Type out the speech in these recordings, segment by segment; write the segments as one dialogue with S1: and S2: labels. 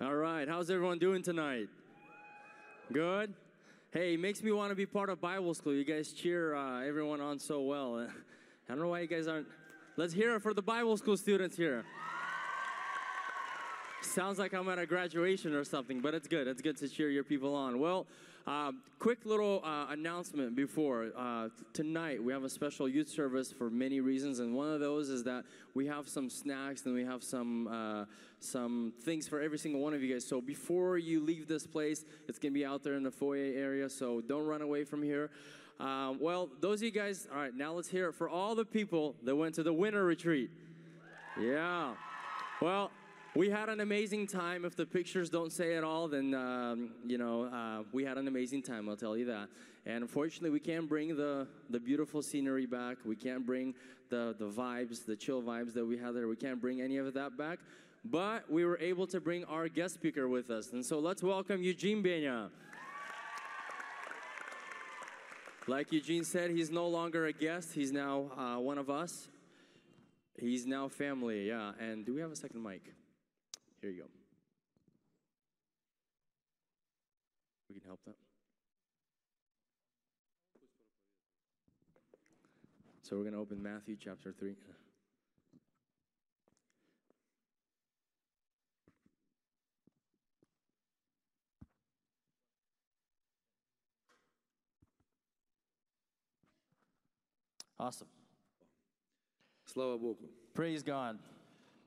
S1: right, how's everyone doing tonight? Good? Hey, it makes me want to be part of Bible school. You guys cheer uh, everyone on so well. I don't know why you guys aren't. Let's hear it for the Bible school students here. Sounds like I'm at a graduation or something, but it's good. It's good to cheer your people on. Well, uh, quick little uh, announcement before uh, tonight we have a special youth service for many reasons, and one of those is that we have some snacks and we have some uh, some things for every single one of you guys. So before you leave this place, it's gonna be out there in the foyer area. So don't run away from here. Uh, well, those of you guys, all right, now let's hear it for all the people that went to the winter retreat. Yeah. Well. We had an amazing time. If the pictures don't say it all, then um, you know uh, we had an amazing time. I'll tell you that. And unfortunately, we can't bring the the beautiful scenery back. We can't bring the the vibes, the chill vibes that we had there. We can't bring any of that back. But we were able to bring our guest speaker with us, and so let's welcome Eugene Benya. Like Eugene said, he's no longer a guest. He's now uh, one of us. He's now family, yeah. And do we have a second mic? Here you go. We can help that. So we're going to open Matthew chapter 3. Awesome.
S2: Слава Богу.
S1: Praise God.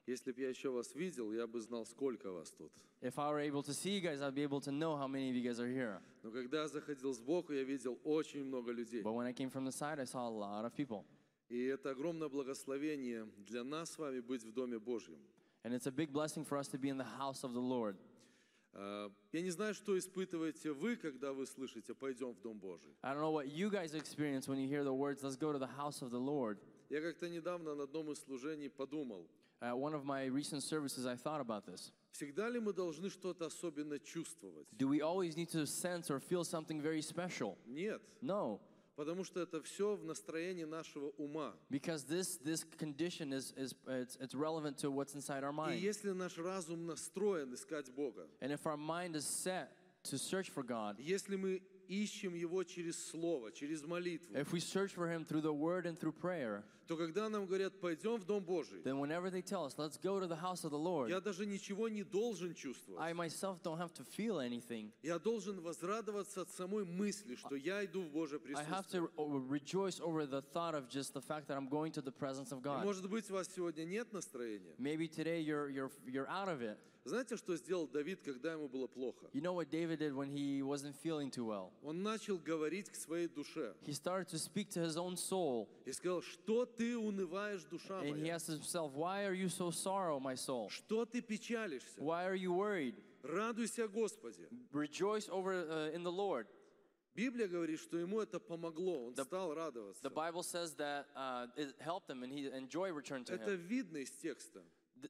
S2: Если бы я еще вас видел, я бы знал, сколько вас тут.
S1: If I were able to see you guys, I'd be able to know how many of you guys are here.
S2: Но когда я заходил сбоку, я видел очень много людей.
S1: But when I came from the side, I saw a lot of people.
S2: И это огромное благословение для нас с вами быть в Доме Божьем.
S1: And it's a big blessing for us to be in the house of the Lord.
S2: А, Я не знаю, что испытываете вы, когда вы слышите «пойдем в Дом Божий».
S1: I don't know what you guys experience when you hear the words, let's go to the house of the Lord.
S2: Я как-то недавно на одном из служений подумал,
S1: At one of my recent services, I thought about this.
S2: всегда ли мы должны что-то особенно чувствовать?
S1: Do we always need to sense or feel something very special?
S2: Нет,
S1: No,
S2: потому что это все в настроении нашего ума.
S1: because this this condition is is it's, it's relevant to what's inside our
S2: И
S1: mind.
S2: если наш разум настроен искать Бога,
S1: And if our mind is set to search for God,
S2: если мы ищем Его через Слово, через молитву,
S1: if we search for Him through the Word and through prayer,
S2: то когда нам говорят «пойдем в Дом Божий»,
S1: then whenever they tell us, let's go to the house of the Lord,
S2: я даже ничего не должен
S1: I
S2: чувствовать.
S1: myself don't have to feel anything.
S2: Я должен возрадоваться от самой мысли, что я иду в Божье
S1: I have
S2: присутствие.
S1: to o- rejoice over the thought of just the fact that I'm going to the presence of
S2: И,
S1: God.
S2: Может быть, у вас сегодня нет настроения?
S1: Maybe today you're you're you're out of it.
S2: Знаете, что сделал Давид, когда ему было плохо?
S1: You know what David did when he wasn't feeling too well?
S2: Он начал говорить к своей душе
S1: He started to speak to his own soul
S2: и сказал, что ты унываешь, душа
S1: and he
S2: моя?
S1: asked himself, Why are you so sorrow, my soul?
S2: Что ты печалишься?
S1: Why are you worried?
S2: Радуйся Господи.
S1: Mm. Rejoice over uh, in the Lord.
S2: Библия говорит, что ему это помогло, он
S1: The-
S2: стал радоваться.
S1: The Bible says that uh, it helped him and, he, and joy returned to
S2: Это
S1: him.
S2: видно из текста.
S1: Д-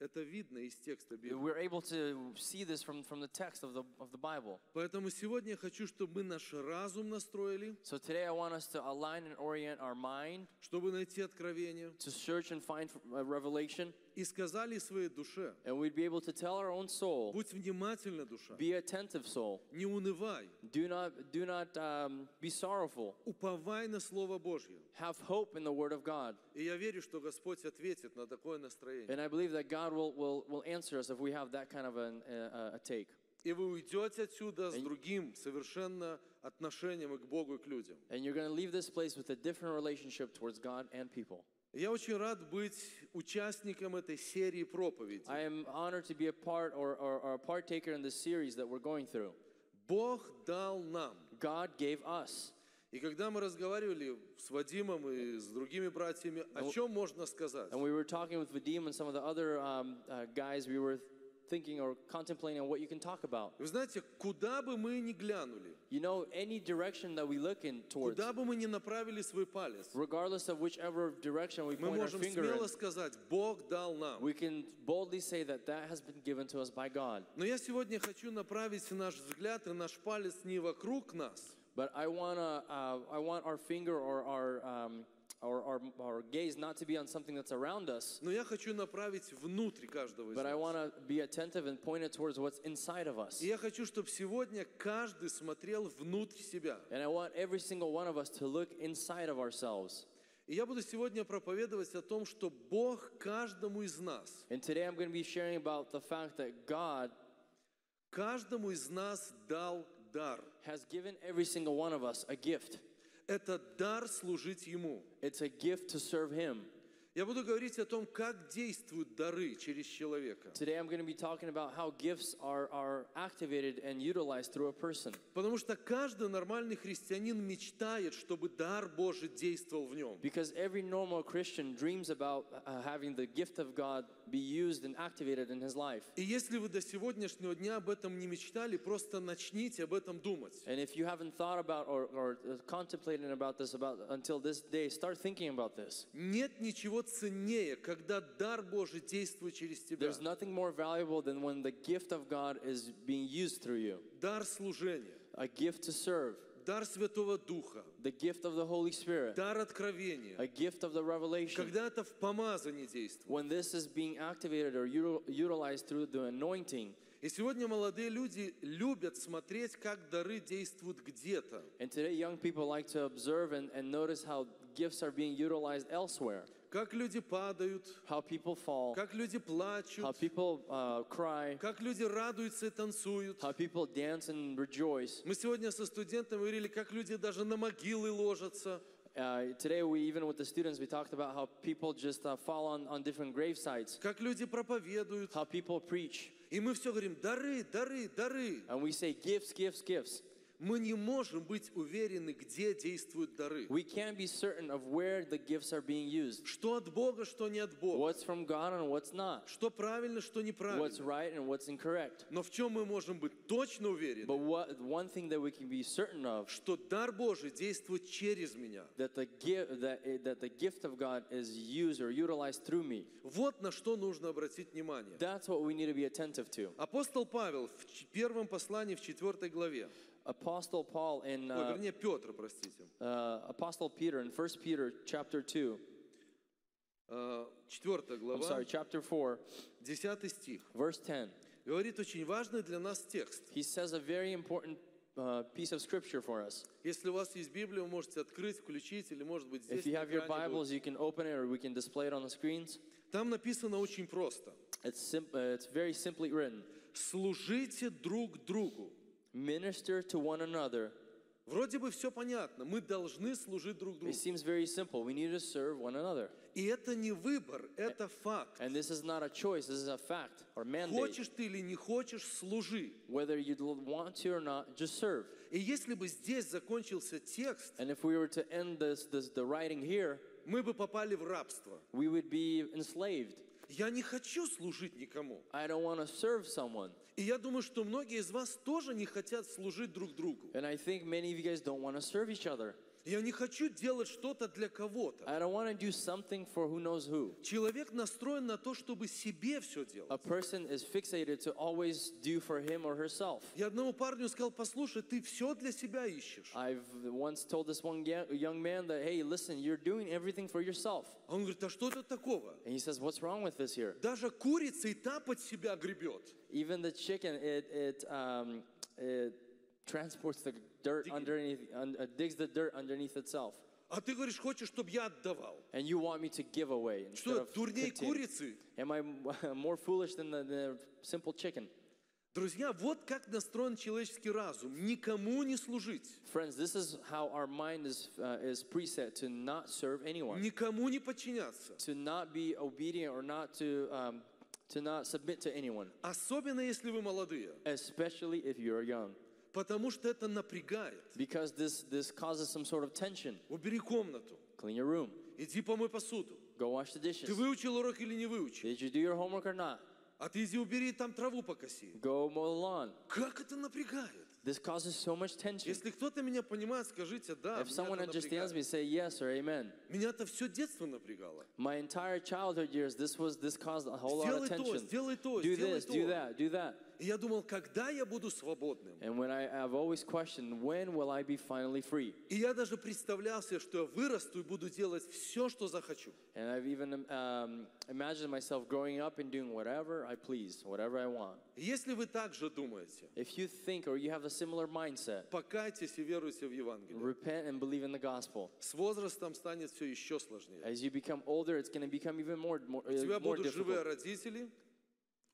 S2: Это видно из текста Библии.
S1: We're able to see this from, from the text of the, of the Bible.
S2: Поэтому сегодня я хочу, чтобы мы наш разум настроили,
S1: So today I want us to align and orient our mind
S2: чтобы найти откровение,
S1: to search and find uh, revelation,
S2: и сказали своей душе,
S1: and we'd be able to tell our own soul,
S2: будь внимательна, душа,
S1: be attentive, soul.
S2: не унывай,
S1: Do not, do not um, be sorrowful.
S2: уповай на Слово Божье.
S1: Have hope in the Word of God.
S2: И я верю, что Господь ответит на такое настроение.
S1: And I believe that God will, will, will answer us if we have that kind of an, uh, a take.
S2: И вы уйдете отсюда с другим совершенно отношением и к Богу и к людям.
S1: And you're going to leave this place with a different relationship towards God and people.
S2: Я очень рад быть участником этой серии проповедей.
S1: I am honored to be a part or, or, or a partaker in this series that we're going through.
S2: Бог дал нам.
S1: God gave us.
S2: И когда мы разговаривали с Вадимом и с другими братьями, о чем можно сказать?
S1: And we were talking with Vadim and some of the other um, uh, guys, we were thinking or contemplating on what you can talk about.
S2: Вы знаете, куда бы мы ни глянули,
S1: You know, any direction that we look in towards,
S2: куда бы мы ни направили свой палец,
S1: regardless of whichever direction we
S2: мы
S1: point our
S2: можем
S1: finger in,
S2: смело сказать, Бог дал нам.
S1: we can boldly say that that has been given to us by God.
S2: Но я сегодня хочу направить наш взгляд и наш палец не вокруг нас,
S1: But I wanna, uh, I want our finger or our um, our, our, our gaze not to be on something that's around us,
S2: Но я хочу направить внутрь каждого из
S1: but I
S2: нас.
S1: want to be attentive and point it towards what's inside of us.
S2: И я хочу, чтобы сегодня каждый смотрел внутрь себя.
S1: And I want every single one of us to look inside of ourselves.
S2: И я буду сегодня проповедовать о том, что Бог каждому из нас,
S1: And today I'm going to be sharing about the fact that God
S2: каждому из нас дал дар.
S1: has given every single one of us a gift.
S2: Это дар служить Ему.
S1: It's a gift to serve Him.
S2: Я буду говорить о том, как действуют дары через человека.
S1: Today I'm going to be talking about how gifts are, are activated and utilized through a person.
S2: Потому что каждый нормальный христианин мечтает, чтобы дар Божий действовал в нем.
S1: Because every normal Christian dreams about uh, having the gift of God be used and activated in his life.
S2: И если вы до сегодняшнего дня об этом не мечтали, просто начните об этом думать.
S1: And if you haven't thought about or, or uh, contemplated about this about until this day, start thinking about this.
S2: Нет ничего ценнее, когда дар Божий действует через тебя.
S1: There's nothing more valuable than when the gift of God is being used through you.
S2: Дар служения,
S1: A gift to serve,
S2: дар Святого Духа,
S1: the gift of the Holy Spirit,
S2: дар откровения.
S1: a gift of the revelation.
S2: Когда это в помазании действует.
S1: When this is being activated or util- utilized through the anointing,
S2: И сегодня молодые люди любят смотреть, как дары действуют где-то.
S1: and today young people like to observe and, and notice how gifts are being utilized elsewhere.
S2: Как люди падают,
S1: How people fall,
S2: как люди
S1: how
S2: плачут,
S1: people uh, cry,
S2: как люди радуются и танцуют.
S1: how people dance and rejoice.
S2: Мы сегодня со студентами говорили, как люди даже на могилы ложатся.
S1: Uh, today, we even with the students, we talked about how people just uh, fall on, on different gravesites,
S2: как люди проповедуют.
S1: how people preach.
S2: И мы все говорим, дары, дары, дары.
S1: And we say gifts, gifts, gifts.
S2: Мы не можем быть уверены, где действуют дары.
S1: We can't be certain of where the gifts are being used.
S2: Что от Бога, что не от Бога.
S1: What's from God and what's not.
S2: Что правильно, что
S1: What's
S2: неправильно.
S1: right and what's incorrect.
S2: Но в чем мы можем быть точно уверены,
S1: But what one thing that we can be certain of
S2: что дар Божий действует через меня.
S1: that the gift that, eh, that the gift of God is used or utilized through me.
S2: Вот на что нужно обратить внимание.
S1: That's what we need to be attentive to.
S2: Апостол Павел в ч- первом послании в 4 главе,
S1: Apostle Paul in
S2: ой,
S1: uh,
S2: вернее Петр, простите,
S1: uh, Apostle Peter in 1 Peter chapter 2.
S2: э, 4
S1: I'm
S2: глава,
S1: sorry, chapter 4,
S2: 10 стих,
S1: verse 10.
S2: говорит очень важный для нас текст.
S1: He says a very important uh, piece of scripture for us.
S2: Если у вас есть Библия, вы можете открыть, включить, или, может быть, здесь
S1: If you
S2: на
S1: have your
S2: экране
S1: Bibles, you can open it or we can display it on the screens.
S2: будет. Там написано очень просто.
S1: It's sim- uh, it's very simply written.
S2: Служите друг другу.
S1: Minister to one another.
S2: Вроде бы все понятно. Мы должны служить друг
S1: It
S2: другу.
S1: seems very simple. We need to serve one another.
S2: И это не выбор, это факт.
S1: And this is not a choice, this is a fact or mandate.
S2: Хочешь ты или не хочешь, служи.
S1: Whether you want to or not, just serve.
S2: И если бы здесь закончился текst,
S1: And if we were to end this, this the writing here,
S2: мы бы попали в рабство.
S1: we would be enslaved.
S2: Я не хочу служить никому.
S1: I don't want to serve someone.
S2: И я думаю, что многие из вас тоже не хотят служить друг другу.
S1: And I think many of you guys don't want to serve each other.
S2: Я не хочу делать что-то для кого-то.
S1: I don't want to do something for who knows who.
S2: Человек настроен на то, чтобы себе все
S1: A
S2: делать.
S1: person is fixated to always do for him or herself.
S2: Я одному парню сказал, послушай, ты все для себя ищешь.
S1: I've once told this one ga- young man that, hey, listen, you're doing everything for yourself.
S2: А он говорит, а что тут такого?
S1: And he says, what's wrong with this here?
S2: Даже курица и та под себя гребет.
S1: Even the chicken, it it um, it transports the dirt underneath, un, uh, digs the dirt underneath itself.
S2: А ты говоришь, хочешь, чтобы я отдавал.
S1: And you want me to give away instead
S2: Что,
S1: of
S2: дурней
S1: continue.
S2: курицы?
S1: Am I more foolish than the, the simple chicken?
S2: Друзья, вот как настроен человеческий разум. Никому не служить,
S1: Friends, this is how our mind is uh, is preset to not serve anyone,
S2: никому не подчиняться.
S1: to not be obedient or not to um, to not submit to anyone,
S2: Особенно, если вы молодые.
S1: especially if you are young,
S2: Потому что это напрягает.
S1: because this this causes some sort of tension.
S2: Убери комнату,
S1: Clean your room.
S2: иди помой посуду.
S1: Go wash the dishes.
S2: Ты выучил урок или не выучил?
S1: Did you do your homework or not?
S2: А ты иди убери там траву покоси.
S1: Go mow the lawn.
S2: Как это напрягает?
S1: This causes so much tension.
S2: Если кто-то меня понимает, скажите «да».
S1: If
S2: меня
S1: someone
S2: это
S1: understands me,
S2: напрягает.
S1: say yes or amen.
S2: Меня-то все детство напрягало.
S1: My entire childhood years, this was this caused a whole lot of
S2: Сделай то,
S1: tension.
S2: сделай то,
S1: do
S2: сделай
S1: this,
S2: то.
S1: do that, do that.
S2: И я думал, когда я буду свободным?
S1: And when I, I've always questioned, when will I be finally free?
S2: И я даже представлял себе, что я вырасту и буду делать все, что захочу.
S1: And I've even um, imagined myself growing up and doing whatever I please, whatever I want.
S2: Если вы так же думаете,
S1: If you think or you have a similar mindset,
S2: покайтесь и веруйте в Евангелие.
S1: repent and believe in the gospel.
S2: С возрастом станет все еще сложнее.
S1: As you become older, it's going to become even more more,
S2: У тебя
S1: uh, more
S2: будут живые
S1: difficult.
S2: родители,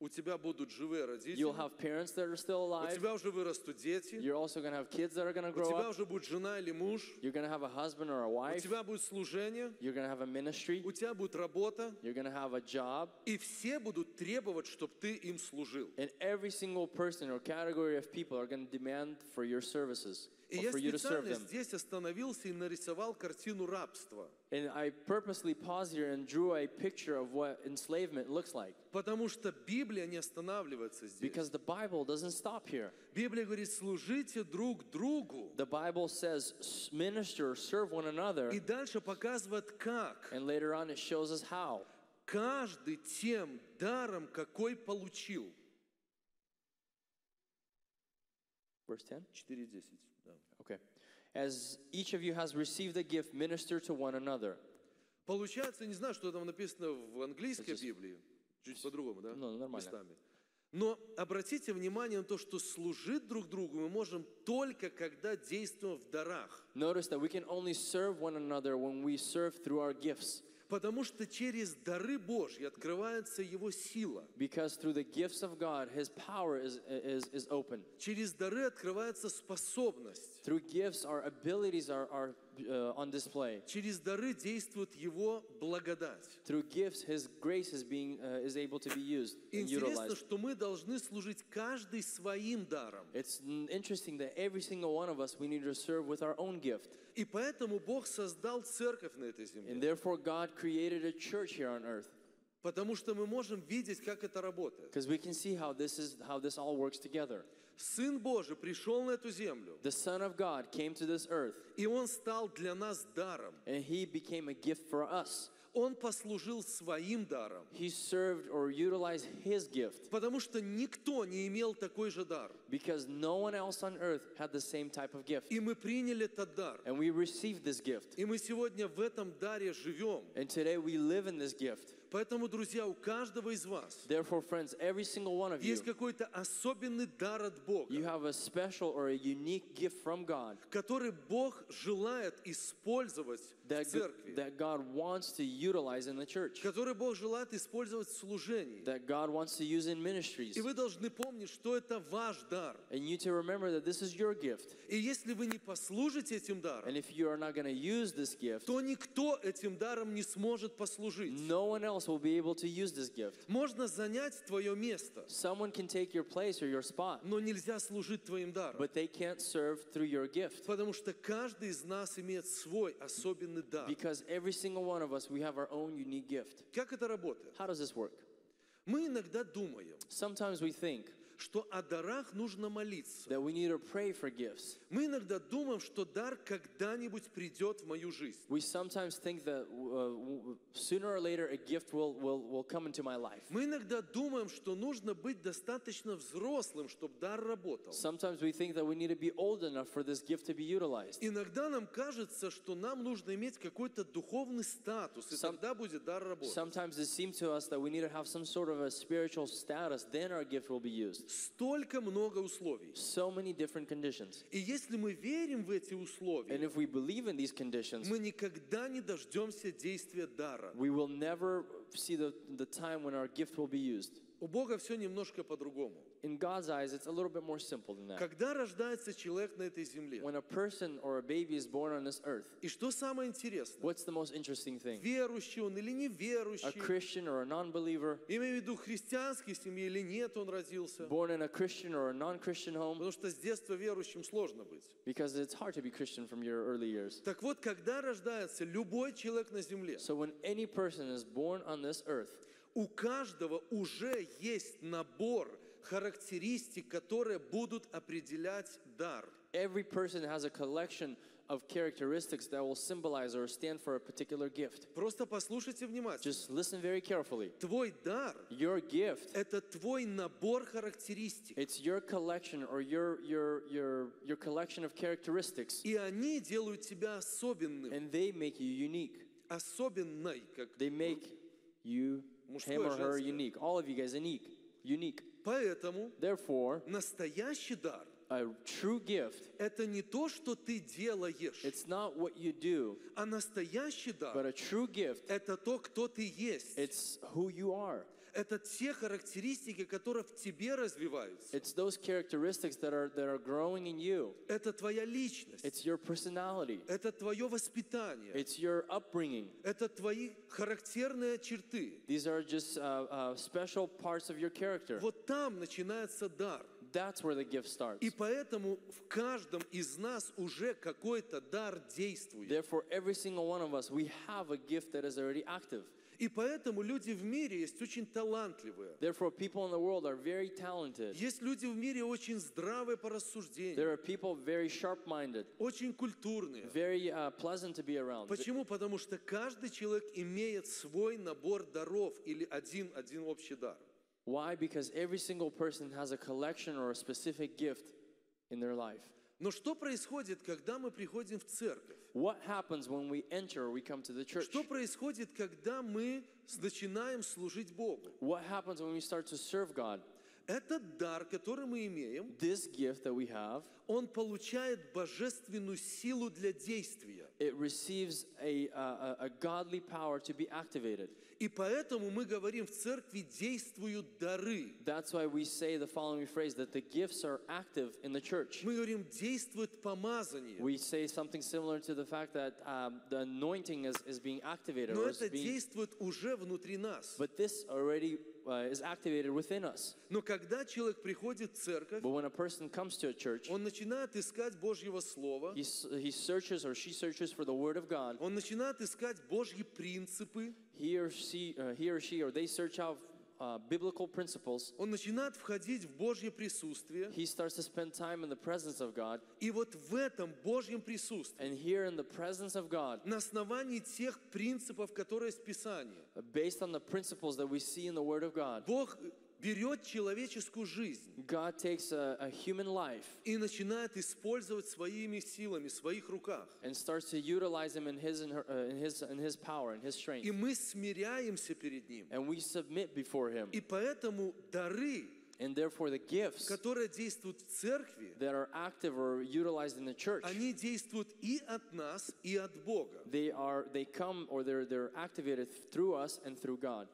S2: у тебя будут живые родители,
S1: You'll
S2: у
S1: have parents that are still alive.
S2: тебя уже вырастут дети,
S1: You're also going to have kids that are going to
S2: у
S1: grow
S2: тебя
S1: up.
S2: уже будет жена или муж,
S1: You're going to have a husband or a
S2: у
S1: wife.
S2: тебя будет служение,
S1: You're going to have a ministry.
S2: у тебя будет работа,
S1: You're going to have a job.
S2: и все будут требовать, чтобы ты им служил.
S1: And every single person or category of people are going to demand for your services
S2: И
S1: or
S2: я
S1: for you to serve
S2: специально
S1: them.
S2: здесь остановился и нарисовал картину рабства,
S1: And I purposely paused here and drew a picture of what enslavement looks like
S2: потому что Библия не останавливается здесь.
S1: because the Bible doesn't stop here.
S2: Библия говорит, служите друг другу.
S1: The Bible says, "S- minister, serve one another.
S2: И дальше показывает, как.
S1: And later on, it shows us how.
S2: Каждый тем даром, какой получил.
S1: Verse 10?
S2: 4.10. да.
S1: Okay. As each of you has received a gift, minister to one another.
S2: Получается, не знаю, что там написано в английской
S1: Здесь-
S2: Библии. Чуть по-другому, да?
S1: Ну, нормально.
S2: Местами. Но обратите внимание на то, что служить друг другу мы можем только, когда действуем в дарах.
S1: Notice that we can only serve one another when we serve through our gifts.
S2: Потому что через дары Божьи открывается Его сила.
S1: Because through the gifts of God, His power is, is, is open.
S2: Через дары открывается способность.
S1: Through gifts, our abilities are, are uh, on display.
S2: Через дары действует Его благодать.
S1: Through gifts, His grace is, being, uh, is able to be used and
S2: Интересно,
S1: utilized.
S2: что мы должны служить каждый своим даром.
S1: It's n- interesting that every single one of us, we need to serve with our own gift.
S2: И поэтому Бог создал церковь на этой земле.
S1: And therefore, God created a church here on earth.
S2: Потому что мы можем видеть, как это работает.
S1: Because we can see how this, is, how this all works together.
S2: Сын Божий пришел на эту землю,
S1: The Son of God came to this earth,
S2: и Он стал для нас даром.
S1: and He became a gift for us.
S2: Он послужил своим даром,
S1: He served or utilized His gift.
S2: потому что никто не имел такой же дар.
S1: because no one else on earth had the same type of gift.
S2: И мы приняли этот дар.
S1: And we received this gift.
S2: И мы сегодня в этом даре живем.
S1: And today we live in this gift.
S2: Поэтому, друзья, у каждого из вас
S1: Therefore, friends, every single one of you,
S2: есть какой-то особенный дар от
S1: you
S2: Бога,
S1: have a special or a unique gift from God
S2: который Бог желает использовать в
S1: that, go-
S2: церкви,
S1: that God wants to utilize in the church,
S2: который Бог желает использовать в служении.
S1: that God wants to use in ministries.
S2: И вы должны помнить, что это ваш дар.
S1: And you to remember that this is your gift.
S2: И если вы не послужите этим даром,
S1: And if you are not going to use this gift,
S2: то никто этим даром не сможет послужить.
S1: no one else will be able to use this gift.
S2: Можно занять твое место,
S1: Someone can take your place or your spot,
S2: но нельзя служить твоим даром.
S1: but they can't serve through your gift.
S2: Потому что каждый из нас имеет свой особенный дар.
S1: Because every single one of us, we have our own unique gift.
S2: Как это работает?
S1: How does this work?
S2: Мы иногда думаем,
S1: Sometimes we think
S2: что о дарах нужно молиться.
S1: that we need to pray for gifts.
S2: Мы иногда думаем, что дар когда-нибудь придет в мою жизнь.
S1: We sometimes think that uh, w- sooner or later a gift will, will, will come into my life.
S2: Мы иногда думаем, что нужно быть достаточно взрослым, чтобы дар работал.
S1: Sometimes we think that we need to be old enough for this gift to be utilized.
S2: Иногда нам кажется, что нам нужно иметь какой-то духовный статус, и
S1: Сам-
S2: тогда будет дар работать.
S1: Sometimes it seems to us that we need to have some sort of a spiritual status, then our gift will be used.
S2: Столько много условий.
S1: So many different conditions.
S2: И если мы верим в эти
S1: And
S2: условия,
S1: if we believe in these conditions,
S2: мы никогда не дождемся действия дара.
S1: we will never see the, the time when our gift will be used.
S2: У Бога все немножко по-другому.
S1: In God's eyes, it's a little bit more simple than that.
S2: Когда рождается человек на этой земле?
S1: When a person or a baby is born on this earth,
S2: И что самое интересное?
S1: what's the most interesting thing?
S2: Верующий он или
S1: A
S2: неверующий?
S1: Christian or a non believer,
S2: Имею в виду христианской семьи или нет он родился?
S1: born in a Christian or a non Christian home,
S2: Потому что с детства верующим сложно быть.
S1: because it's hard to be Christian from your early years.
S2: Так вот, когда rождается любой человек на земле,
S1: So when any person is born on this earth,
S2: у каждого уже есть набор характеристик, которые будут определять дар.
S1: Every person has a collection of characteristics that will symbolize or stand for a particular gift.
S2: Просто послушайте внимательно.
S1: Just listen very carefully.
S2: Твой дар
S1: Your gift,
S2: это твой набор характеристик.
S1: it's your collection or your your your your collection of characteristics
S2: И они делают тебя особенным,
S1: and they make you unique.
S2: особенной. Как...
S1: They make you
S2: Мужское,
S1: him or her
S2: женское.
S1: unique. All of you guys unique. Unique.
S2: Поэтому
S1: Therefore,
S2: настоящий дар
S1: a true gift,
S2: это не то, что ты делаешь,
S1: it's not what you do,
S2: а настоящий
S1: but
S2: дар
S1: a true gift,
S2: это то, кто ты есть.
S1: it's who you are.
S2: Это те характеристики, которые в тебе развиваются.
S1: It's those characteristics that are that are growing in you.
S2: Это твоя личность.
S1: It's your personality.
S2: Это твое воспитание.
S1: It's your upbringing.
S2: Это твои характерные черты.
S1: These are just uh, uh, special parts of your character.
S2: Вот там начинается дар.
S1: That's where the gift starts.
S2: И поэтому в каждом из нас уже какой-то дар действует.
S1: Therefore, every single one of us, we have a gift that is already active.
S2: И поэтому люди в мире есть очень талантливые.
S1: Therefore, people in the world are very talented.
S2: Есть люди в мире очень здравые по рассуждению,
S1: There are people very sharp minded,
S2: очень культурные.
S1: very uh, pleasant to be around.
S2: А Почему? Потому что каждый человек имеет свой набор даров или один, один общий дар.
S1: Why? Because every single person has a collection or a specific gift in their life.
S2: Но что происходит, когда мы приходим в церковь?
S1: What happens when we enter or we come to the church?
S2: Что происходит, когда мы с- начинаем служить Богу?
S1: What happens when we start to serve God?
S2: Этот дар, который мы имеем,
S1: This gift that we have,
S2: он получает божественную силу для действия.
S1: it receives a, uh, a, a godly power to be activated.
S2: И поэтому мы говорим в церкви «действуют дары».
S1: That's why we say the following phrase that the gifts are active in the church.
S2: Мы говорим «действует помазание».
S1: We say something similar to the fact that um, the anointing is, is being activated.
S2: Но
S1: Or is
S2: это
S1: being,
S2: действует уже внутри нас.
S1: but this already uh, is activated within us.
S2: Но когда человек приходит в церковь,
S1: But when a person comes to a church,
S2: он начинает искать Божьего Слова,
S1: he, s- he searches or she searches for the Word of God.
S2: он начинает искать Божьи принципы,
S1: He or she, uh, he or she, or they search out uh, biblical principles.
S2: он начинает входить в Божье присутствие.
S1: He starts to spend time in the presence of God.
S2: И вот в этом Божьем присутствии,
S1: And here in the presence of God,
S2: на основании тех принципов, которые есть в Писании,
S1: based on the principles that we see in the Word of God,
S2: Бог берет человеческую жизнь
S1: God takes a, a human life
S2: и начинает использовать своими силами, в своих руках.
S1: and starts to utilize him in his in, her, uh, in his in his power and his
S2: И
S1: strength,
S2: мы смиряемся перед Ним.
S1: and we submit before him.
S2: И поэтому дары,
S1: And therefore, the gifts
S2: которые действуют в церкви,
S1: that are active or utilized in the church,
S2: они действуют и от нас, и от Бога.
S1: they are they come or they're they're activated through us and through God.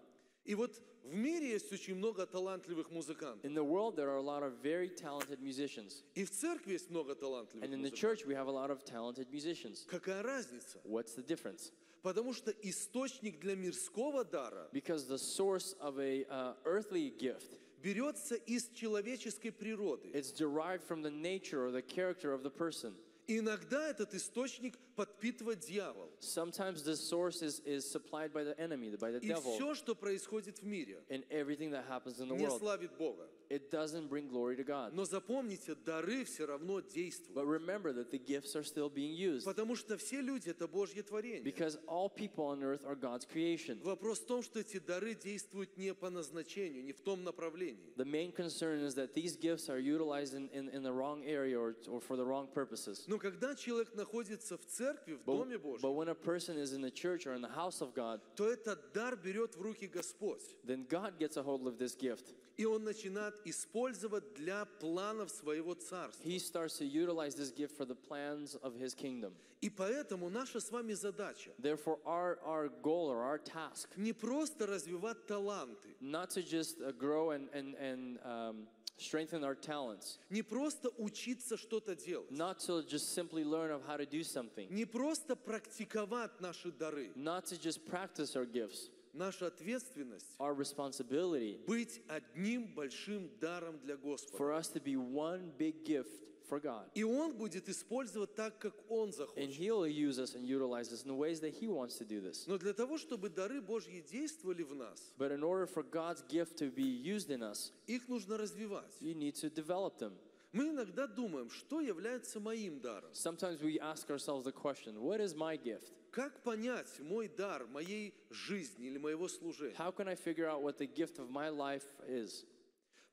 S2: И вот в мире есть очень много талантливых музыкантов.
S1: In the world, there are a lot of very talented musicians,
S2: И в церкви есть много талантливых
S1: and in the
S2: музыкантов.
S1: church, we have a lot of talented musicians.
S2: Какая разница?
S1: What's the difference?
S2: Потому что источник для мирского дара
S1: Because the source of a uh, earthly gift,
S2: берется из человеческой природы.
S1: it's derived from the nature or the character of the person.
S2: И иногда этот источник подпитывает дьявол.
S1: Sometimes the source is, is supplied by the enemy, by the
S2: И
S1: devil,
S2: все, что происходит в мире,
S1: and everything that happens in the
S2: не
S1: world.
S2: славит Бога.
S1: It doesn't bring glory to God.
S2: Но запомните, дары все равно действуют.
S1: But remember that the gifts are still being used
S2: Потому что все люди — это Божье творение.
S1: because all people on earth are God's creation.
S2: Вопрос в том, что эти дары действуют не по назначению, не в том направлении.
S1: The main concern is that these gifts are utilized in, in, in the wrong area or, or for the wrong purposes.
S2: Но когда человек находится в церкви, в Доме
S1: But, but
S2: Божьем,
S1: when a person is in the church or in the house of God,
S2: то этот дар берет в руки Господь.
S1: then God gets a hold of this gift.
S2: И он начинает использовать для планов своего царства.
S1: He starts to utilize this gift for the plans of his kingdom.
S2: И poэтому наша с вами задача
S1: Therefore, our, our goal or our task
S2: не просто развивать таланты,
S1: not to just uh, grow and, and, and um, strengthen our talents,
S2: не просто учиться что-то делать,
S1: not to just simply learn of how to do something,
S2: не просто практиковать наши дары,
S1: not to just practice our gifts,
S2: наша ответственность
S1: our responsibility
S2: быть одним большим даром для Господа.
S1: for us to be one big gift for God.
S2: И Он будет использовать так, как Он
S1: And
S2: захочет.
S1: He'll use us and utilize us in the ways that He wants to do this.
S2: Но для того, чтобы дары Божьи действовали в нас,
S1: But in order for God's gift to be used in us,
S2: их нужно развивать.
S1: you need to develop them.
S2: Мы иногда думаем, что является моим даром.
S1: Sometimes we ask ourselves the question, what is my gift?
S2: Как понять мой дар моей жизни или моего служения?
S1: How can I figure out what the gift of my life is?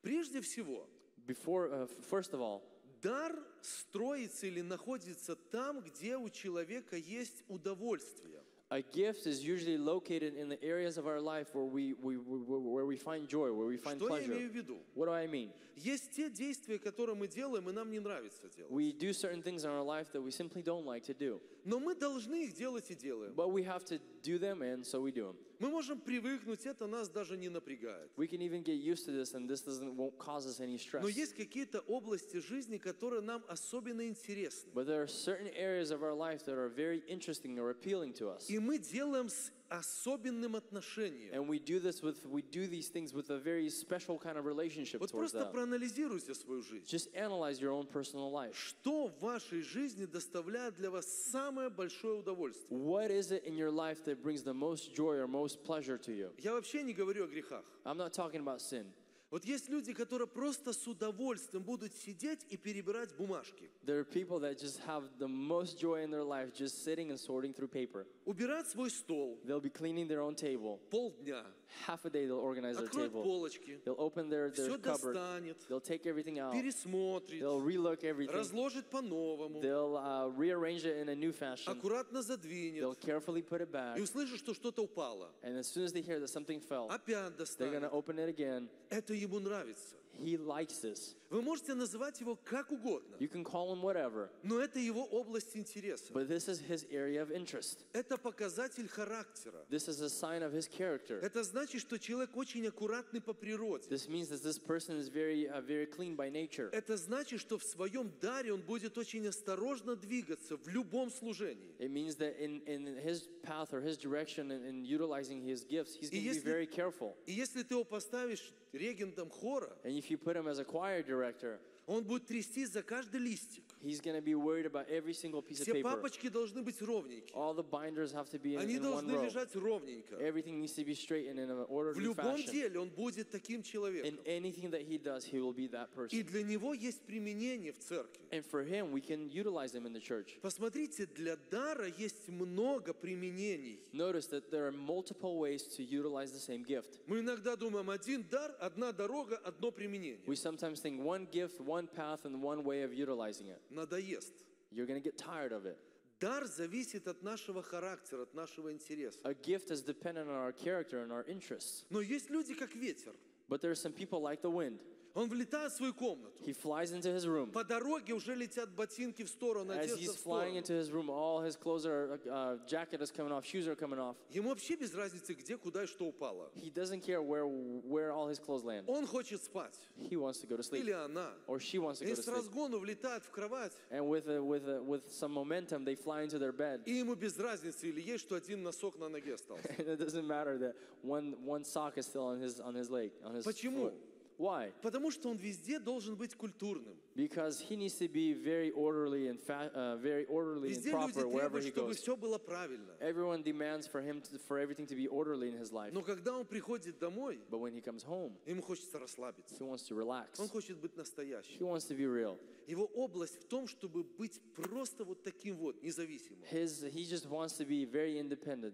S2: Прежде всего,
S1: Before, uh, f- first of all,
S2: дар строится или находится там, где у человека есть удовольствие.
S1: a gift is usually located in the areas of our life where we, we, we where we find joy, where we find
S2: Что я
S1: pleasure.
S2: имею в виду?
S1: What do I mean?
S2: Есть те действия, которые мы делаем, и нам не нравится делать.
S1: We do certain things in our life that we simply don't like to do,
S2: Но мы должны их делать и делаем.
S1: but we have to do them, and so we do them.
S2: Мы можем привыкнуть, это нас даже не напрягает.
S1: We can even get used to this, and this doesn't won't cause us any stress.
S2: Но есть какие-то области жизни, которые нам особенно интересны.
S1: But there are certain areas of our life that are very interesting or appealing to us,
S2: И мы делаем с особенным отношением.
S1: and we do this with we do these things with a very special kind of relationship
S2: Вот
S1: towards
S2: просто
S1: them.
S2: проанализируйте свою жизнь.
S1: Just analyze your own personal life.
S2: Что в вашей жизни доставляет для вас самое большое удовольствие?
S1: What is it in your life that brings the most joy or most pleasure to you?
S2: Я вообще не говорю о грехах.
S1: I'm not talking about sin.
S2: Вот есть люди, которые просто с удовольствием будут сидеть и перебирать бумажки,
S1: There are people that just have the most joy in their life just sitting and sorting through paper.
S2: убирать свой стол
S1: They'll be cleaning their own table.
S2: полдня,
S1: Half a day they'll organize their
S2: откроет
S1: table.
S2: полочки,
S1: They'll open their,
S2: все
S1: their cupboard.
S2: достанет,
S1: They'll take everything out.
S2: пересмотрит,
S1: They'll relook everything.
S2: разложит по-новому,
S1: They'll uh, rearrange it in a new fashion.
S2: аккуратно
S1: They'll
S2: задвинет
S1: carefully put it back.
S2: и услышит, что что-то упало.
S1: And as soon as they hear that something fell,
S2: Опять
S1: they're going to
S2: достанет.
S1: open it again.
S2: Это ему нравится.
S1: He likes this.
S2: Вы можете называть его как угодно,
S1: You can call him whatever,
S2: но это его область интереса.
S1: but this is his area of interest.
S2: Это показатель характера.
S1: This is a sign of his character.
S2: Это значит, что человек очень аккуратный по природе.
S1: This means that this person is very, uh, very clean by nature.
S2: Это значит, что в своем даре он будет очень осторожно двигаться в любом служении.
S1: It means that in, in his path or his direction and in utilizing his gifts, he's
S2: И
S1: going to be
S2: если-
S1: very careful.
S2: И если ты его поставишь регентом хора,
S1: And if you put him as a choir director,
S2: он будет трястись за каждый листик.
S1: he's going to be worried about every single piece of
S2: Все
S1: paper.
S2: папочки должны быть ровненькие.
S1: All the binders have to be in,
S2: Они
S1: in one
S2: должны
S1: row.
S2: лежать ровненько.
S1: Everything needs to be straightened in an
S2: В
S1: orderly
S2: любом
S1: fashion.
S2: деле он будет
S1: In
S2: таким человеком.
S1: anything that he does, he will be that
S2: И
S1: person.
S2: для него есть применение в церкви.
S1: And for him, we can utilize him in the church.
S2: Посмотрите, для дара есть много применений.
S1: Notice that there are multiple ways to utilize the same gift.
S2: Мы иногда думаем, один дар, одна дорога, одно применение.
S1: We sometimes think one gift, one path, and one way of utilizing it.
S2: Надоест.
S1: You're going to get tired of it.
S2: Дар зависит от нашего характера, от нашего интереса.
S1: A gift is dependent on our character and our interests.
S2: Но есть люди, как ветер.
S1: But there are some people like the wind.
S2: Он влетает в свою комнату.
S1: He flies into his room.
S2: По дороге уже летят ботинки в сторону,
S1: As
S2: одежда
S1: he's
S2: в
S1: flying
S2: сторону.
S1: into his room, all his clothes are, uh, jacket is coming off, shoes are coming off.
S2: Ему вообще без разницы, где, куда и что упало.
S1: He doesn't care where where all his clothes land.
S2: Он хочет спать.
S1: He wants to go to
S2: Или
S1: sleep,
S2: она.
S1: or she wants to
S2: И
S1: go to
S2: с
S1: sleep.
S2: разгону влетает в кровать.
S1: And with a, with a, with some momentum, they fly into their bed,
S2: И ему без разницы, или есть, что один носок на ноге остался.
S1: and it doesn't matter that one one sock is still on his on his leg on his
S2: Почему?
S1: foot. Why?
S2: Потому что он везде должен быть культурным.
S1: Because he needs to be very orderly and fa- uh, very orderly and
S2: Везде люди
S1: proper wherever
S2: требуют,
S1: he
S2: чтобы
S1: goes.
S2: все было правильно.
S1: Everyone demands for him to, for everything to be orderly in his life.
S2: Но когда он приходит домой,
S1: But when he comes home,
S2: ему хочется расслабиться.
S1: he wants to relax.
S2: Он хочет быть
S1: He
S2: настоящим.
S1: wants to be real.
S2: Его область в том, чтобы быть просто вот таким вот, независимым.
S1: His he just wants to be very independent.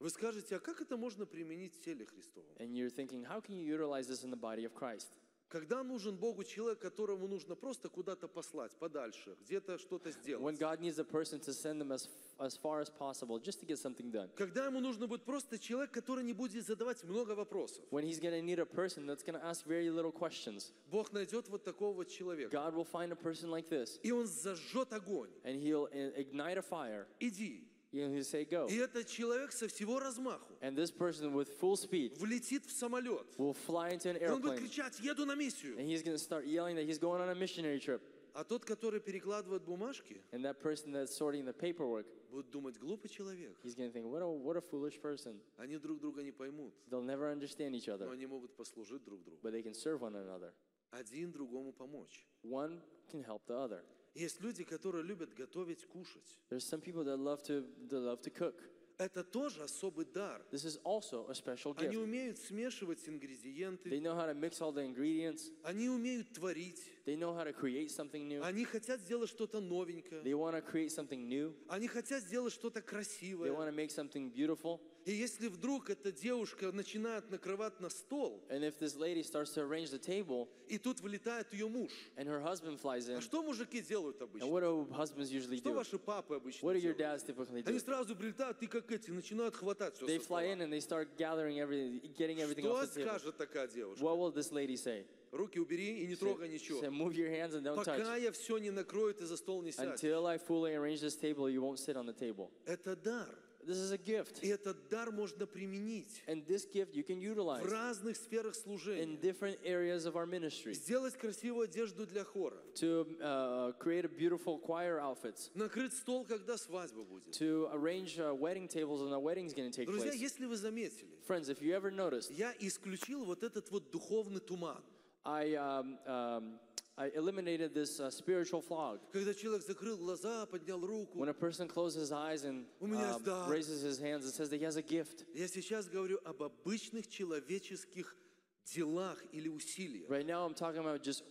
S2: Вы скажете, а как это можно применить в теле Христовом?
S1: And you're thinking, how can you utilize this in the body of Christ?
S2: Когда нужен Богу человек, которому нужно просто куда-то послать, подальше, где-то что-то
S1: When
S2: сделать?
S1: God needs a person to send them as as far as possible just to get something done.
S2: Когда ему нужно будет просто человек, который не будет задавать много вопросов?
S1: When he's going to need a person that's going to ask very little questions.
S2: Бог найдет вот такого вот человека.
S1: God will find a person like this
S2: И он зажжет огонь.
S1: and he'll i- ignite a fire.
S2: Иди.
S1: And he'll say go.
S2: И этот человек со всего размаху
S1: And this person with full speed
S2: влетит в самолет.
S1: will fly into an
S2: И он будет
S1: airplane Э.
S2: кричать, еду на миссию.
S1: and he's going to start yelling that he's going on a missionary trip.
S2: А тот, который перекладывает бумажки,
S1: And that person that's sorting the paperwork,
S2: будет думать, глупый человек.
S1: he's going to think, what a, what a foolish person.
S2: Они друг друга не поймут,
S1: They'll never understand each other,
S2: но они могут послужить друг другу.
S1: but they can serve one another.
S2: Один другому помочь.
S1: One can help the other.
S2: Есть люди, которые любят готовить, кушать.
S1: There's some people that love to, that love to cook.
S2: Это тоже особый дар.
S1: This is also a special
S2: Они
S1: gift.
S2: умеют смешивать
S1: They
S2: ингредиенты,
S1: know how to mix all the ingredients.
S2: они умеют творить,
S1: They know how to create something new.
S2: они хотят сделать что-то новенькое,
S1: They want to create something new.
S2: они хотят сделать что-то
S1: They want
S2: красивое.
S1: to make something beautiful.
S2: И если вдруг эта девушка начинает накрывать на стол,
S1: And if this lady starts to arrange the table
S2: и тут вылетает ее муж,
S1: and her husband flies in,
S2: а что мужики делают
S1: and
S2: обычно?
S1: what do husbands usually
S2: Что
S1: do?
S2: ваши папы обычно
S1: What do your
S2: делают?
S1: dads typically do?
S2: Они сразу прилетают и как эти, начинают хватать все
S1: They fly in and they start gathering everything, getting everything
S2: Что
S1: off the table.
S2: скажет такая девушка?
S1: What will this lady say?
S2: Руки убери и не
S1: Say-
S2: трогай
S1: say,
S2: ничего.
S1: move your hands and don't
S2: Пока
S1: touch.
S2: я все не накрою, ты за стол не сядешь.
S1: Until I fully arrange this table, you won't sit on the table.
S2: Это дар.
S1: This is a gift.
S2: И этот дар можно применить
S1: And this gift you can utilize
S2: в разных сферах
S1: in
S2: служения.
S1: different areas of our ministry.
S2: Сделать красивую одежду для хора.
S1: To uh, create a beautiful choir outfits.
S2: Накрыть стол, когда свадьба будет.
S1: To arrange uh, wedding tables when the wedding's going to take
S2: Друзья,
S1: place.
S2: если вы заметили,
S1: Friends, if you ever noticed,
S2: я исключил вот этот вот духовный туман.
S1: I, um, um, I eliminated this uh, spiritual fog.
S2: Когда человек закрыл глаза, поднял руку.
S1: When a person closes his eyes and
S2: У меня есть
S1: um,
S2: дар.
S1: raises his hands and says that he has a gift.
S2: Я сейчас говорю об обычных человеческих делах или усилиях.
S1: Right now, I'm talking about just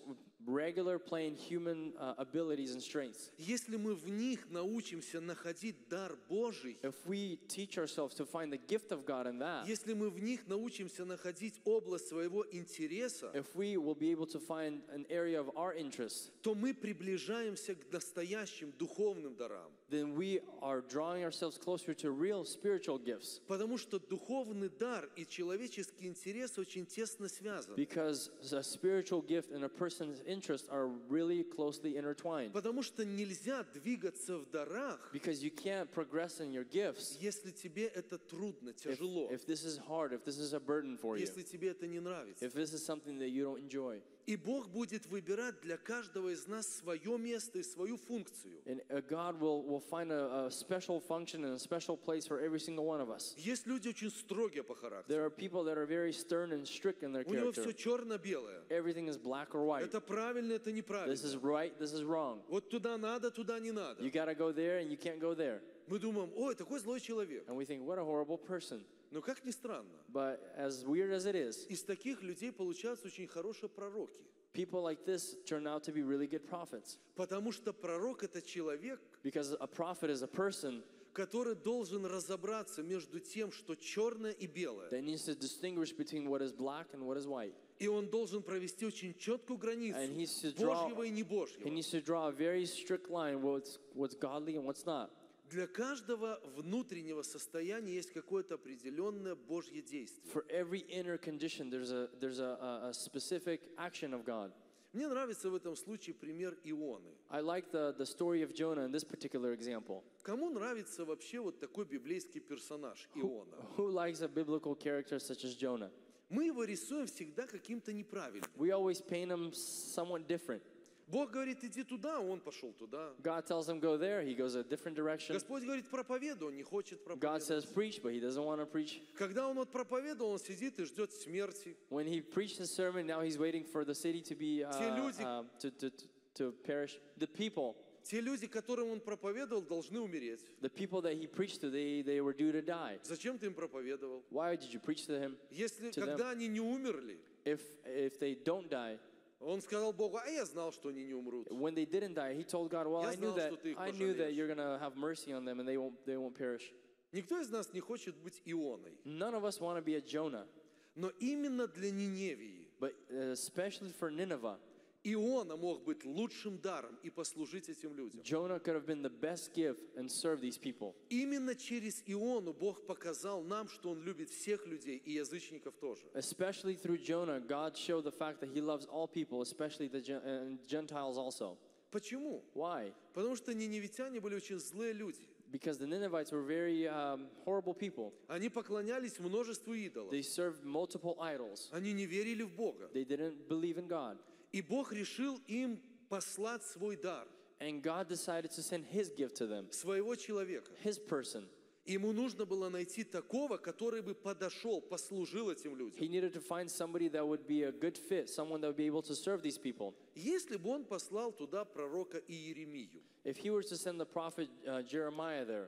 S1: regular, plain human uh, abilities and strengths.
S2: Если мы в них научимся находить дар Божий,
S1: If we teach ourselves to find the gift of God in that,
S2: если мы в них научимся находить область своего интереса,
S1: if we will be able to find an area of our interest,
S2: то мы приближаемся к настоящим духовным дарам.
S1: then we are drawing ourselves closer to real spiritual gifts.
S2: Потому что духовный дар и человеческий интерес очень тесно связаны.
S1: Because a spiritual gift and a person's interest are really closely intertwined.
S2: Потому что нельзя двигаться в дарах,
S1: Because you can't progress in your gifts
S2: если тебе это трудно,
S1: if,
S2: тяжело,
S1: if this is hard, if this is a burden for you,
S2: если тебе это не нравится.
S1: if this is something that you don't enjoy.
S2: И Бог будет выбирать для каждого из нас свое место и свою функцию.
S1: And uh, God will, will find a, a special function and a special place for every single one of us.
S2: Есть люди очень строгие по характеру.
S1: There are people that are very stern and strict in their
S2: У него
S1: character.
S2: все черно-белое.
S1: Everything is black or white.
S2: Это правильно, это
S1: This is
S2: неправильно.
S1: right, this is wrong.
S2: Вот туда надо, туда не
S1: You
S2: надо.
S1: gotta go there and you can't go there.
S2: Мы думаем, ой, такой злой человек.
S1: And we think, what a horrible person.
S2: Но как ни странно,
S1: But as weird as it is,
S2: из таких людей получаются очень хорошие пророки.
S1: people like this turn out to be really good prophets.
S2: Потому что пророк – это человек,
S1: Because a prophet is a person
S2: который должен разобраться между тем, что черное и белое.
S1: that needs to distinguish between what is black and what is white.
S2: И он должен провести очень четкую границу
S1: And he should draw-
S2: Божьего и не
S1: He
S2: Божьего.
S1: needs to draw a very strict line what's what's godly and what's not.
S2: Для каждого внутреннего состояния есть какое-то определенное Божье действие.
S1: For every inner condition, there's a there's a, a, a specific action of God.
S2: Мне нравится в этом случае пример Ионы.
S1: I like the the story of Jonah in this particular example.
S2: Кому нравится вообще вот такой библейский персонаж Иона?
S1: Who likes a biblical character such as Jonah?
S2: Мы его рисуем всегда каким-то неправильным.
S1: We always paint him somewhat different.
S2: Бог говорит, иди туда, а он пошел туда.
S1: God tells him go there, he goes a different direction.
S2: Господь говорит, проповедуй, он не хочет
S1: God
S2: проповедовать.
S1: says preach, but he doesn't want to preach.
S2: Когда он вот проповедовал, он сидит и ждет смерти.
S1: When he preached his sermon, now he's waiting for the city to be uh,
S2: Те люди-
S1: uh, to, to, to- to perish. The people,
S2: Те люди, которым он проповедовал, должны умереть.
S1: the people that he preached to, they, they were due to die.
S2: Зачем ты им проповедовал?
S1: Why did you preach to him?
S2: Если,
S1: To them.
S2: когда они не умерли,
S1: If if they don't die,
S2: он сказал Богу, а я знал, что они не умрут.
S1: when they didn't die, he told God, "Well,
S2: Я
S1: I knew
S2: знал,
S1: that
S2: что ты их
S1: I knew that
S2: пожалеешь.
S1: you're gonna have mercy on them, and they won't they won't perish."
S2: Никто из нас не хочет быть Ионой.
S1: None of us want to be a Jonah,
S2: Но именно для Ниневии
S1: but uh, especially for Nineveh,
S2: Иона мог быть лучшим даром и послужить этим людям.
S1: Jonah could have been the best gift and serve these people.
S2: Именно через Иону Бог показал нам, что Он любит всех людей и язычников тоже.
S1: Especially through Jonah, God showed the fact that He loves all people, especially the Gen- and Gentiles also.
S2: Почему?
S1: Why?
S2: Потому что ниневитяне были очень злые люди.
S1: Because the Ninevites were very um, horrible people.
S2: Они поклонялись множеству идолов.
S1: They served multiple idols.
S2: Они не верили в Бога.
S1: They didn't believe in God.
S2: И Бог решил им послать свой дар,
S1: And God decided to send His gift to them,
S2: своего человека.
S1: His person.
S2: Ему нужно было найти такого, который бы подошел, послужил этим людям.
S1: He needed to find somebody that would be a good fit, someone that would be able to serve these people.
S2: Если бы он послал туда пророка Иеремию.
S1: If He were to send the prophet uh, Jeremiah there,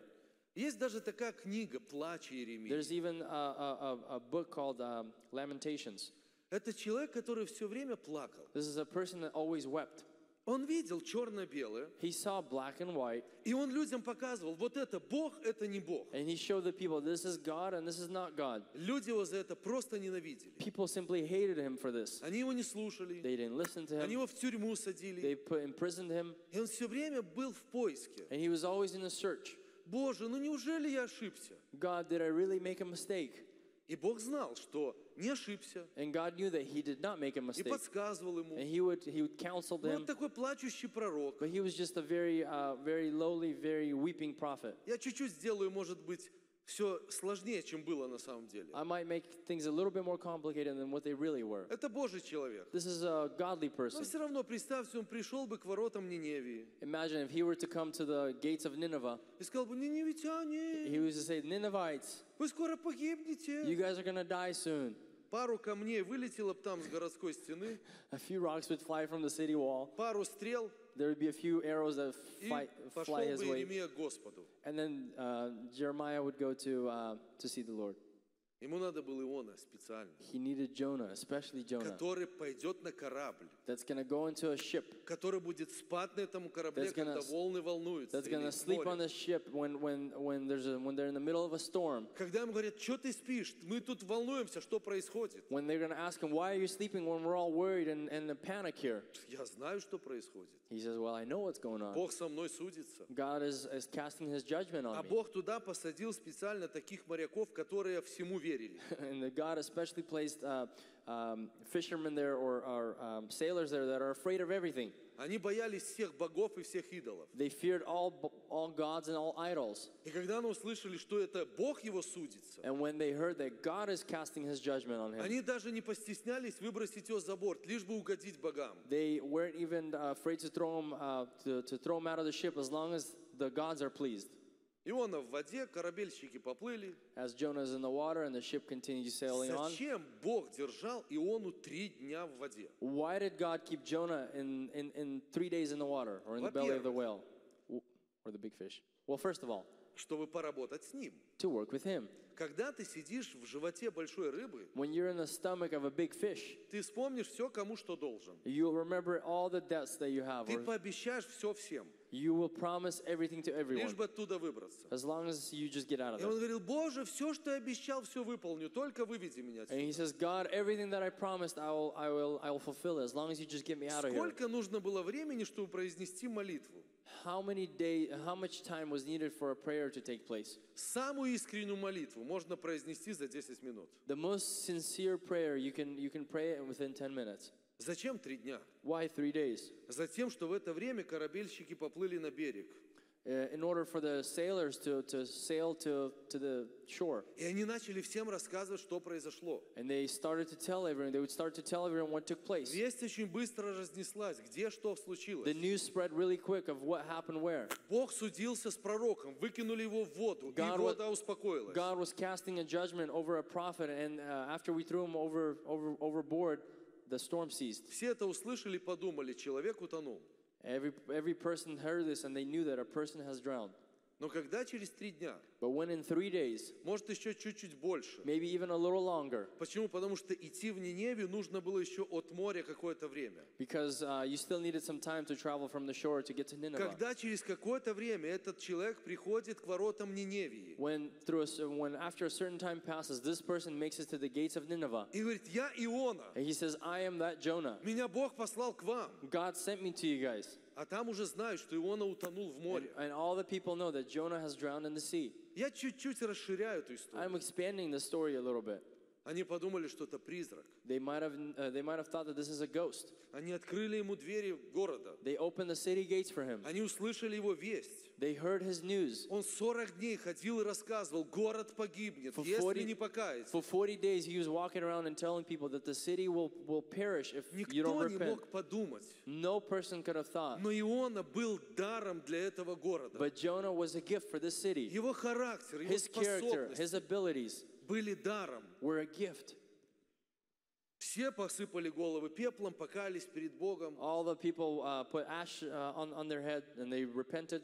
S2: Есть даже такая книга «Плач Иеремии».
S1: there's even a, a, a- a book called um, Lamentations.
S2: Это человек, который все время плакал.
S1: This is a person that always wept.
S2: Он видел черно-белое,
S1: He saw black and white,
S2: и он людям показывал, вот это Бог, это не Бог.
S1: and he showed the people this is God and this is not God.
S2: Люди его за это просто ненавидели.
S1: People simply hated him for this.
S2: Они его не слушали,
S1: They didn't listen to
S2: они
S1: him.
S2: его в тюрьму садили.
S1: They put imprisoned him,
S2: И он все время был в поиске.
S1: and he was always in a search.
S2: Боже, ну неужели я ошибся?
S1: God, did I really make a mistake?
S2: И Бог знал, что не ошибся,
S1: And God knew that he did not make a
S2: и
S1: mistake.
S2: подсказывал ему.
S1: And he would he would counsel
S2: Ну,
S1: them,
S2: вот такой плачущий пророк.
S1: but he was just a very uh, very lowly, very weeping prophet.
S2: Я чуть-чуть сделаю, может быть, все сложнее, чем было на самом деле.
S1: I might make things a little bit more complicated than what they really were.
S2: Это Божий человек.
S1: This is a godly
S2: Но
S1: person.
S2: все равно, представьте, он пришел бы к воротам Ниневии
S1: Imagine if he were to come to the gates of Nineveh,
S2: и сказал бы,
S1: he
S2: Ниневитяне,
S1: was to say, Ninevites,
S2: вы скоро
S1: you
S2: погибнете.
S1: guys are gonna die soon.
S2: Пару камней вылетело бы там с городской стены,
S1: A few rocks would fly from the city wall.
S2: пару стрел,
S1: There would be a few arrows that
S2: и
S1: fly,
S2: пошел бы
S1: fly his way,
S2: Иеремия к Господу.
S1: and then uh, Jeremiah would go to uh, to see the Lord.
S2: Ему надо было Иона специально,
S1: He needed Jonah, especially Jonah,
S2: который пойдет на корабль,
S1: that's gonna go into a ship
S2: который будет спать на этом корабле,
S1: That's gonna
S2: когда
S1: s-
S2: волны волнуются.
S1: that's
S2: или
S1: gonna sleep
S2: море.
S1: on the ship when when when there's a, when they're in the middle of a storm.
S2: Когда ему говорят, что ты спишь, мы тут волнуемся, что происходит.
S1: When they're gonna ask him, "Why are you sleeping when we're all worried and and in panic here?"
S2: Я знаю, что происходит.
S1: He says, "Well, I know what's going on.
S2: Бог со мной судится.
S1: God is is casting His judgment
S2: А
S1: on me."
S2: Бог туда посадил специально таких моряков, которые всему верили.
S1: And the God especially placed uh, um, fishermen there or, or um, sailors there that are afraid of everything.
S2: Они боялись всех богов и всех идолов.
S1: They feared all b- all gods and all idols.
S2: И когда они услышали, что это Бог его судится,
S1: And when they heard that God is casting His judgment on him,
S2: они даже не постеснялись выбросить его за борт, лишь бы угодить богам.
S1: they weren't even uh, afraid to throw him uh, to, to throw him out of the ship as long as the gods are pleased.
S2: Иона в воде, корабельщики поплыли.
S1: As Jonah is in the water and the ship continues sailing on,
S2: Зачем Бог держал Иону три дня в воде?
S1: why did God keep Jonah in, in, in three days in the water or in the belly of the
S2: Во-первых.
S1: whale W- or the big fish? Well, first of all,
S2: Чтобы поработать с ним.
S1: to work with him.
S2: Когда ты сидишь в животе большой рыбы,
S1: When you're in the stomach of a big fish,
S2: ты вспомнишь все, кому что должен.
S1: you'll remember all the debts that you have,
S2: Ты
S1: or
S2: пообещаешь все всем,
S1: you will promise everything to
S2: лишь
S1: everyone
S2: бы оттуда выбраться.
S1: as long as you just get out of
S2: И
S1: there.
S2: он говорил, Боже, все, что я обещал, все выполню, только выведи меня
S1: And
S2: отсюда.
S1: he says, God, everything that I promised, I will, I will, I will fulfill it as long as you just get me out of here.
S2: Сколько нужно было времени, чтобы произнести молитву?
S1: How many day, how much time was needed for a prayer to take place?
S2: Самую искреннюю молитву можно произнести за 10 минут.
S1: The most sincere prayer you can you can pray it within 10 minutes.
S2: Зачем три дня?
S1: Why three days?
S2: Затем, что в это время корабельщики поплыли на берег.
S1: Uh, in order for the sailors to, to sail to, to the shore.
S2: И они начали всем рассказывать, что произошло.
S1: And they started to tell everyone, they would start to tell everyone what took place.
S2: Весть очень быстро разнеслась, где что
S1: The
S2: случилось.
S1: news spread really quick of what happened where.
S2: Бог судился с пророком, выкинули его в воду, и
S1: God was-
S2: вода успокоилась.
S1: God was casting a judgment over a prophet, and uh, after we threw him over, over overboard, the storm ceased.
S2: Все это услышали и подумали, человек утонул.
S1: Every, every person heard this and they knew that a person has drowned.
S2: Но когда через три дня,
S1: But when in three days,
S2: может еще чуть-чуть больше.
S1: maybe even a little longer,
S2: Почему? Потому что идти в Ниневию нужно было еще от моря какое-то время.
S1: because uh, you still needed some time to travel from the shore to get to Nineveh.
S2: Когда через какое-то время этот человек приходит к воротам Ниневии
S1: When, through a, s- when after a certain time passes, this person makes it to the gates of Nineveh.
S2: и говорит, я Иона,
S1: And he says, I am that Jonah.
S2: меня Бог послал к вам.
S1: God sent me to you guys.
S2: А там уже знают, что Иона утонул в
S1: And,
S2: море.
S1: and all the people know that Jonah has drowned in the sea.
S2: Я чуть-чуть расширяю эту историю.
S1: I'm expanding the story a little bit.
S2: Они подумали, что это призрак.
S1: They might have uh, they might have thought that this is a ghost.
S2: Они открыли ему двери города.
S1: They opened the city gates for him.
S2: Они услышали его весть.
S1: They heard his news.
S2: Он 40 дней ходил и рассказывал, город погибнет,
S1: For
S2: если
S1: 40
S2: не покаяться.
S1: For 40 days he was walking around and telling people that the city will, will perish if you don't
S2: Никто не
S1: repent.
S2: мог подумать.
S1: No person could have thought.
S2: Но Иона был даром для этого города.
S1: But Jonah was a gift for this city.
S2: Его характер, его
S1: His character,
S2: способности
S1: his abilities
S2: были даром.
S1: were a gift.
S2: Все посыпали головы пеплом, покаялись перед Богом.
S1: All the people uh, put ash uh, on, on their head and they repented.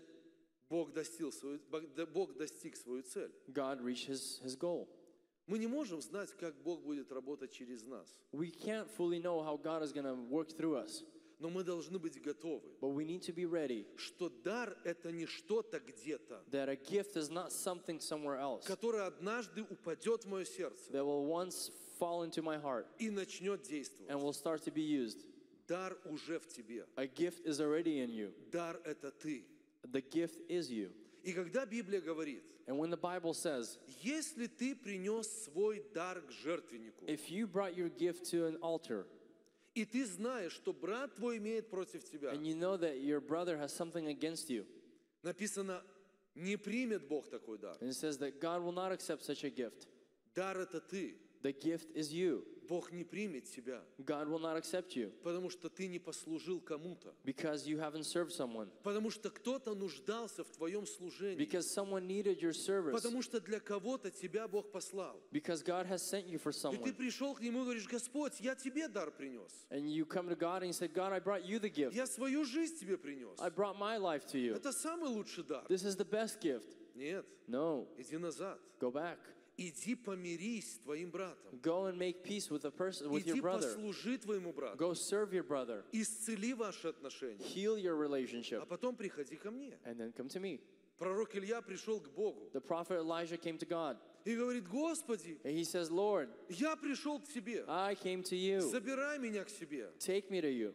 S2: Бог достиг, свою, Бог- да- Бог достиг свою цель.
S1: God reached his, his goal.
S2: Мы не можем знать, как Бог будет работать через нас.
S1: We can't fully know how God is going to work through us,
S2: Но мы должны быть готовы,
S1: but we need to be ready
S2: что дар – это не что-то где-то,
S1: that a gift is not something somewhere else
S2: которое однажды упадет в мое сердце
S1: that will once fall into my heart
S2: и начнет
S1: and
S2: действовать.
S1: will start to be used.
S2: Дар уже в тебе.
S1: A gift is already in you.
S2: Дар – это ты.
S1: The gift is you.
S2: И когда Библия говорит,
S1: And when the Bible says,
S2: если ты принес свой дар к жертвеннику,
S1: if you brought your gift to an altar
S2: и ты знаешь, что брат твой имеет против тебя,
S1: and you know that your brother has something against you,
S2: написано, не примет Бог такой дар.
S1: and it says that God will not accept such a gift,
S2: Дар – это ты.
S1: the gift is you.
S2: Бог не примет тебя,
S1: God will not accept you
S2: потому что ты не послужил кому-то.
S1: because you haven't served someone,
S2: Потому что кто-то нуждался в твоем служении.
S1: because someone needed your service,
S2: Потому что для кого-то тебя Бог послал.
S1: because God has sent you for
S2: И ты
S1: someone.
S2: пришел к нему и говоришь, Господь, я тебе дар принес.
S1: And you come to God and you said, God, I brought you the gift.
S2: Я свою жизнь тебе принес.
S1: I brought my life to you.
S2: Это самый лучший дар.
S1: This is the best gift.
S2: Нет,
S1: No,
S2: иди назад.
S1: go back.
S2: Иди помирись с твоим братом.
S1: Go and make peace with the person with
S2: Иди
S1: your brother.
S2: послужи твоему брату.
S1: Go serve your brother.
S2: Исцели ваши отношения.
S1: Heal your
S2: А
S1: relationship
S2: потом приходи ко мне.
S1: and then come to me.
S2: Пророк Илья пришел к Богу
S1: The prophet Elijah came to God
S2: и говорит, Господи,
S1: and he says, "Lord,
S2: я пришел к тебе.
S1: I came to you.
S2: Забирай меня к себе.
S1: Take me to you."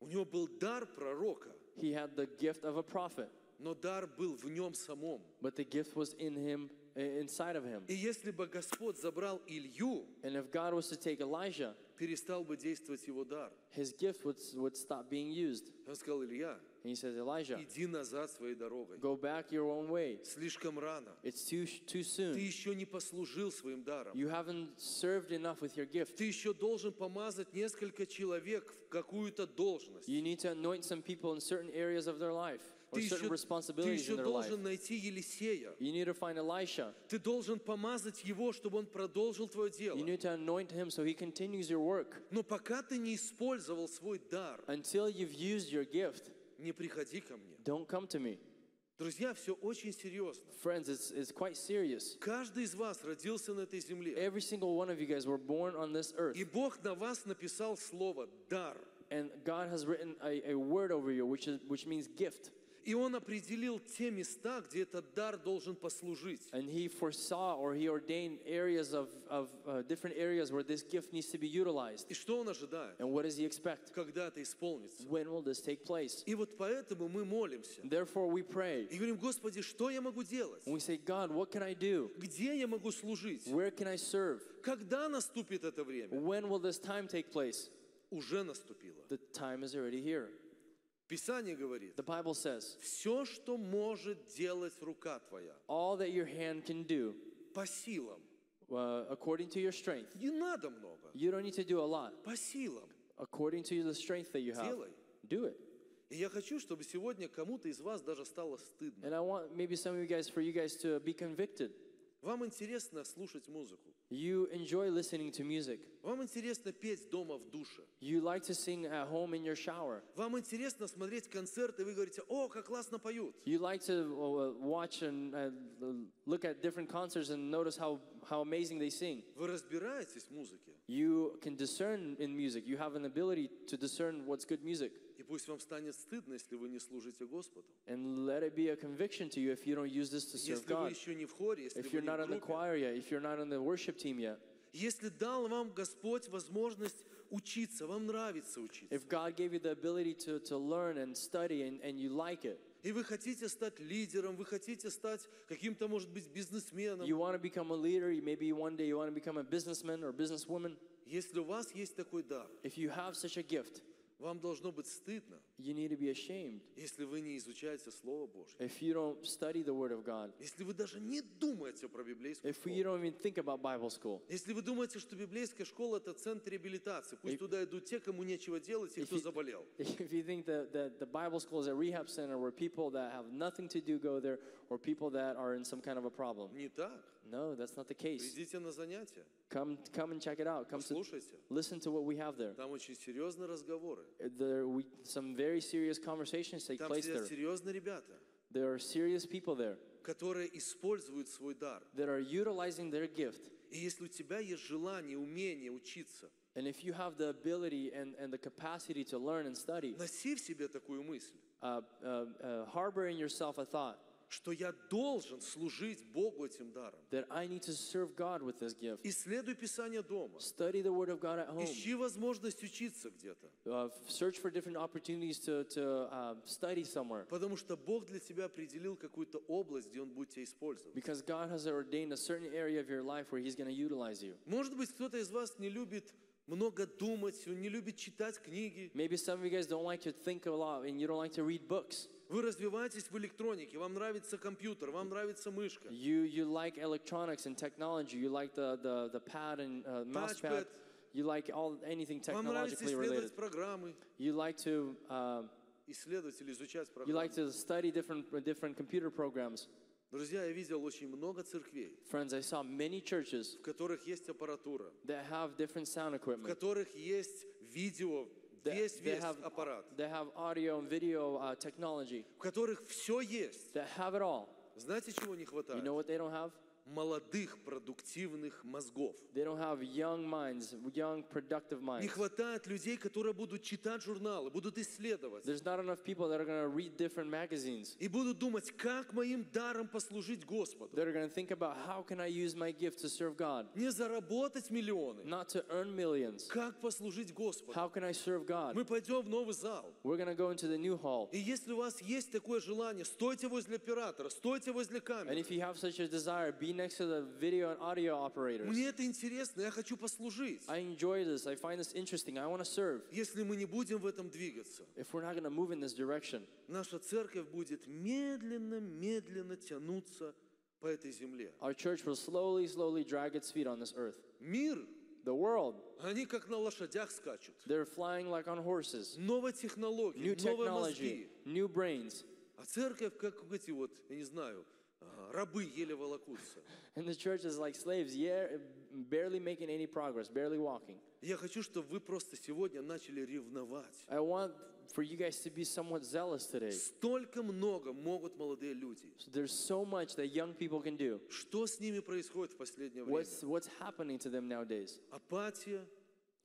S2: У него был дар пророка,
S1: He had the gift of a prophet,
S2: но дар был в нем самом.
S1: but the gift was in him i- inside of him.
S2: И если бы Господь забрал Илью,
S1: And if God was to take Elijah,
S2: перестал бы действовать его дар.
S1: his gift would s- would stop being used.
S2: Он сказал, Илья,
S1: And he says, "Elijah,
S2: иди назад своей дорогой.
S1: go back your own way.
S2: Слишком рано.
S1: It's too sh- too
S2: Ты
S1: soon.
S2: еще не послужил своим даром.
S1: You haven't served enough with your gift."
S2: Ты еще должен помазать несколько человек в какую-то должность.
S1: You need to anoint some people in certain areas of their life or
S2: Ты
S1: certain
S2: еще, ты
S1: responsibilities
S2: еще
S1: in their life.
S2: должен найти Елисея.
S1: You need to find Elisha.
S2: Ты должен помазать его, чтобы он продолжил твое
S1: You
S2: дело.
S1: need to anoint him so he continues your work.
S2: Но пока ты не использовал свой дар,
S1: Until you've used your gift,
S2: не приходи ко мне.
S1: don't come to me.
S2: Друзья, все очень серьезно.
S1: Friends, it's, it's quite serious.
S2: Каждый из вас родился на этой земле.
S1: Every single one of you guys were born on this earth,
S2: И Бог на вас написал слово «дар».
S1: and God has written a, a word over you, which, is, which means gift.
S2: И Он определил те места, где этот дар должен послужить.
S1: And He foresaw or He ordained areas of, of uh, different areas where this gift needs to be utilized.
S2: И что Он ожидает,
S1: And what does He expect?
S2: когда это исполнится?
S1: When will this take place?
S2: И вот поэтому мы молимся.
S1: Therefore, we pray.
S2: И говорим, Господи, что я могу делать?
S1: And we say, God, what can I do?
S2: Где я могу служить?
S1: Where can I serve?
S2: Когда наступит это время?
S1: When will this time take place?
S2: Уже наступило.
S1: The time is already here.
S2: Писание говорит,
S1: The Bible says,
S2: все, что может делать рука твоя,
S1: all that your hand can do,
S2: по силам.
S1: uh, according to your strength.
S2: Не надо много.
S1: You don't need to do a lot.
S2: По силам.
S1: According to the strength that you have,
S2: Делай.
S1: do it.
S2: И я хочу, чтобы сегодня кому-то из вас даже стало стыдно.
S1: And I want maybe some of you guys, for you guys to be convicted.
S2: Вам интересно слушать музыку.
S1: You enjoy listening to music.
S2: Вам интересно петь дома в душе.
S1: You like to sing at home in your shower.
S2: Вам интересно смотреть концерты, и вы говорите, о, как классно поют.
S1: You like to uh, watch and uh, look at different concerts and notice how, how amazing they sing.
S2: Вы разбираетесь в музыке.
S1: You can discern in music. You have an ability to discern what's good music.
S2: И pусть вам станет стыдно, если вы не служите Господу.
S1: And let it be a conviction to you if you don't use this to serve
S2: Если
S1: God.
S2: вы еще не в хоре, если
S1: If
S2: вы
S1: you're
S2: не
S1: not
S2: в
S1: in the
S2: группе.
S1: choir yet, if you're not on the worship team yet,
S2: Если дал вам Господь возможность учиться, вам нравится учиться.
S1: if God gave you the ability to, to learn and study and, and you like it,
S2: И вы хотите стать лидером, вы хотите стать каким-то, может быть, бизнесменом.
S1: You want to become a leader. You, maybe one day you want to become a businessman or businesswoman.
S2: Если у вас есть такой дар,
S1: If you have such a gift,
S2: вам должно быть стыдно,
S1: you need to be ashamed.
S2: если вы не изучаете Слово Божье.
S1: If you don't study the Word of God,
S2: Если вы даже не думаете про библейскую
S1: if you
S2: школу.
S1: don't even think about Bible school,
S2: Если вы думаете, что библейская школа – это центр реабилитации, пусть
S1: If-
S2: туда идут те, кому нечего делать и
S1: If
S2: кто
S1: you-
S2: заболел.
S1: if you think that, that the Bible school is a rehab center where people that have nothing to do go there or people that are in some kind of a problem,
S2: Не так.
S1: no, that's not the case.
S2: Придите на занятия,
S1: Come, come and check it out. Come to,
S2: послушайте.
S1: listen to what we have there.
S2: Там очень серьезные разговоры.
S1: There, we, some very serious conversations take
S2: Там
S1: place there.
S2: сидят серьезные ребята,
S1: There are serious people there
S2: которые используют свой дар.
S1: that are utilizing their gift.
S2: И если у тебя есть желание, умение учиться,
S1: And if you have the ability and, and the capacity to learn and study,
S2: носи в себе такую мысль,
S1: uh, uh, uh, harbor in yourself a thought
S2: что я должен служить Богу этим даром.
S1: that I need to serve God with this gift.
S2: Исследуй Писание дома.
S1: Study the Word of God at home.
S2: Ищи возможность учиться где-то.
S1: Uh, search for different opportunities to, to uh, study somewhere.
S2: Потому что Бог для тебя определил какую-то область, где Он будет тебя использовать.
S1: Because God has ordained a certain area of your life where He's going to utilize you.
S2: Может быть, кто-то из вас не любит много думать, он не любит читать книги.
S1: Maybe some of you guys don't like to think a lot and you don't like to read books.
S2: Вы развиваетесь в электронике, вам нравится компьютер, вам нравится мышка.
S1: You you like electronics and technology. You like the the, the pad and uh, mouse pad.
S2: Touchpad.
S1: You like all anything
S2: Вам нравится
S1: technologically related.
S2: исследовать программы,
S1: You like to um,
S2: исследовать или изучать
S1: you
S2: программы.
S1: like to study different different computer programs.
S2: Друзья, я видел очень много церквей,
S1: Friends, I saw many churches
S2: в которых есть аппаратура,
S1: that have different sound
S2: в
S1: equipment.
S2: которых есть видео,
S1: That,
S2: весь
S1: they
S2: весь
S1: have
S2: аппарат,
S1: they have audio and video uh, technology
S2: в которых все есть.
S1: that have it all.
S2: Знаете, чего не
S1: You know
S2: хватает?
S1: what they don't have?
S2: Молодых продуктивных мозгов.
S1: They don't have young minds, young productive
S2: Не
S1: minds.
S2: хватает людей, которые будут читать журналы, будут исследовать
S1: There's not enough people that are going to read different magazines.
S2: и будут думать, как моим даром послужить Господу.
S1: that are going to think about how can I use my gift to serve God,
S2: Не заработать миллионы,
S1: not to earn millions.
S2: как послужить Господу.
S1: How can I serve God?
S2: Мы пойдем в новый зал.
S1: We're going to go into the new hall.
S2: И если у вас есть такое желание, стойте возле оператора, стойте возле
S1: And
S2: камеры.
S1: if you have such a desire, be next to the video and audio operators.
S2: Мне это интересно, я хочу послужить.
S1: I enjoy this. I find this interesting. I want to serve.
S2: Если мы не будем в этом двигаться,
S1: If we're not going to move in this direction,
S2: наша церковь будет медленно-медленно тянуться по этой земле.
S1: our church will slowly, slowly drag its feet on this earth.
S2: Мир,
S1: The world,
S2: они как на лошадях скачут.
S1: they're flying like on horses.
S2: Новые технологии,
S1: New
S2: новые
S1: technology,
S2: мозги.
S1: new brains.
S2: А церковь, как вот эти вот, я не знаю, а, рабы еле волокутся.
S1: And the church is like slaves, yeah, barely making any progress, barely walking.
S2: Я хочу, чтобы вы просто сегодня начали ревновать.
S1: I want for you guys to be somewhat zealous today.
S2: Столько много могут молодые люди.
S1: There's so much that young people can do.
S2: Что с ними происходит в последнее время?
S1: What's what's happening to them nowadays?
S2: Апатия,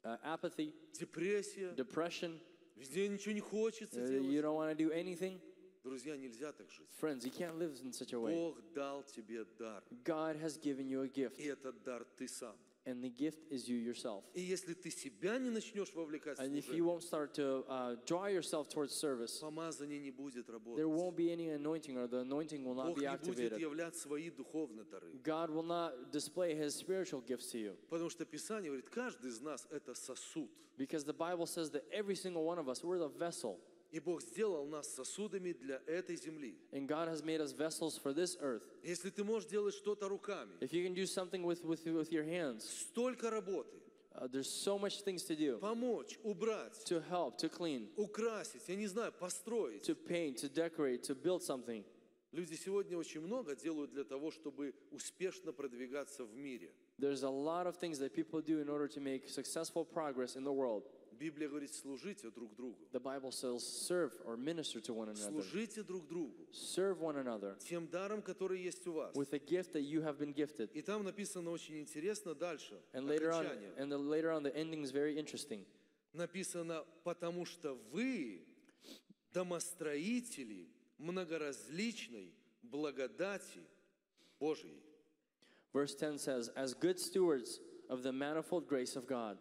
S1: Uh, apathy,
S2: депрессия,
S1: depression.
S2: везде ничего не хочется
S1: uh,
S2: делать.
S1: you don't want to do anything.
S2: Друзья, нельзя так жить.
S1: Friends, you can't live in such a way.
S2: Бог дал тебе дар,
S1: God has given you a gift,
S2: и этот дар ты сам.
S1: and the gift is you yourself.
S2: И если ты себя не начнешь вовлекать в
S1: And if you
S2: служение,
S1: won't start to uh, draw yourself towards service,
S2: помазание не будет
S1: there
S2: работать.
S1: won't be any anointing, or the anointing will not
S2: Бог
S1: be
S2: не будет
S1: activated.
S2: являть свои духовные дары.
S1: God will not display His spiritual gifts to you,
S2: Потому что Писание говорит, каждый из нас это сосуд.
S1: because the Bible says that every single one of us, we're the vessel.
S2: И Бог сделал нас сосудами для этой земли.
S1: And God has made us vessels for this earth.
S2: Если ты можешь делать что-то руками,
S1: If you can do something with, with, with your hands,
S2: столько работы,
S1: uh, there's so much things to do
S2: помочь, убрать,
S1: to help, to clean,
S2: украсить, я не знаю, построить.
S1: to paint, to decorate, to build something.
S2: Люди сегодня очень много делают для того, чтобы успешно продвигаться в мире.
S1: There's a lot of things that people do in order to make successful progress in the world.
S2: Библия говорит, служите друг другу.
S1: The Bible says serve or minister to one another.
S2: Служите друг другу
S1: Serve one another
S2: тем даром, который есть у вас.
S1: with the gift that you have been gifted.
S2: И там написано очень интересно дальше,
S1: And later on, э,
S2: окончание.
S1: and the, later on, the ending is very interesting.
S2: Написано, потому что вы домостроители многоразличной благодати Божьей.
S1: Verse 10 says, As good stewards of the manifold grace of God.